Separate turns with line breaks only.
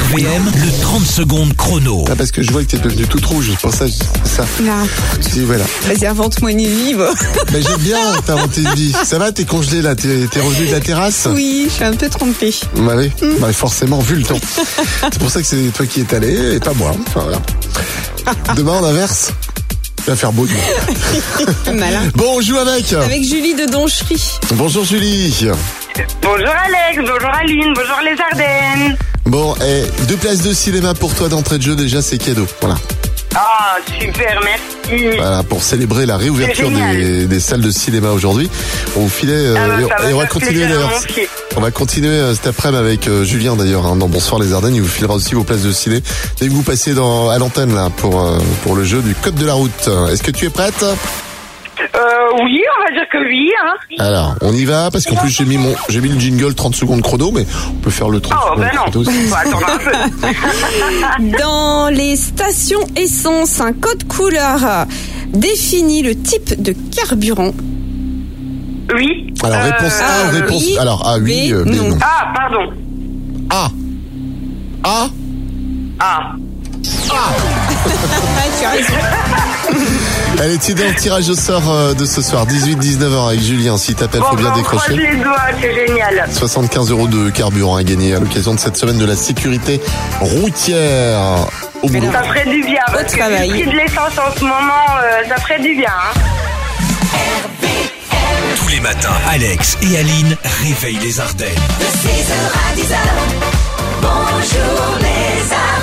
VVM, le 30 secondes chrono.
Ah, parce que je vois que t'es devenue toute rouge, c'est pour ça, je- ça.
Non.
Si, voilà.
Vas-y, invente-moi une livre.
Mais j'aime bien t'inventer une vie. Ça va, t'es congelé là, t'es t'es revenu de la terrasse
Oui, je suis un peu trompée.
Bah oui, bah forcément, vu le temps. C'est pour ça que c'est toi qui es allé et pas moi. Enfin, voilà. Demain, on inverse. Il va faire beau demain.
Malin.
Bon, on joue avec.
hein. Avec Julie de Doncherie.
Bonjour Julie.
Bonjour Alex, bonjour Aline, bonjour les Ardennes.
Bon, et deux places de cinéma pour toi d'entrée de jeu, déjà, c'est cadeau. Voilà.
Ah, super, merci.
Voilà, pour célébrer la réouverture
C'est génial.
des, des salles de cinéma aujourd'hui. On filait, euh,
Ah bah,
et
ça
on-
va
et on va
faire
continuer
plaisir à
d'ailleurs.
mon pied.
On va continuer euh, cet après-midi avec euh, Julien d'ailleurs hein, dans Bonsoir les Ardennes. Il vous filera aussi vos places de ciné dès que vous passez dans, à l'antenne là pour euh, pour le jeu du code de la route. Est-ce que tu es prête
Euh, oui, on va dire que oui. Hein.
Alors on y va parce qu'en plus j'ai mis mon j'ai mis le jingle 30 secondes chrono mais on peut faire le 30
Oh,
secondes
ben non.
chrono aussi.
Faut attendre un peu.
Dans les stations essence, un code couleur définit le type de carburant.
Oui.
Alors
euh,
réponse A,
euh,
réponse
oui,
alors A oui,
B,
euh, B, non.
non.
Ah, pardon.
A A
Ah.
Ah, tu as raison.
Elle est idée au tirage au sort euh, de ce soir 18-19h avec Julien. Si t'appelles
Bon,
faut bien
ben, on croise
décrocher.
les doigts, c'est génial.
75 euros de carburant à gagner à l'occasion de cette semaine de la sécurité routière. Au boulot.
Ça ferait du bien. Parce que
travail.
le prix de l'essence en ce moment, euh, ça ferait du bien. Hein.
Tous les matins, Alex et Aline réveillent les Ardennes.
De 6h à 10h, bonjour les Ardennes.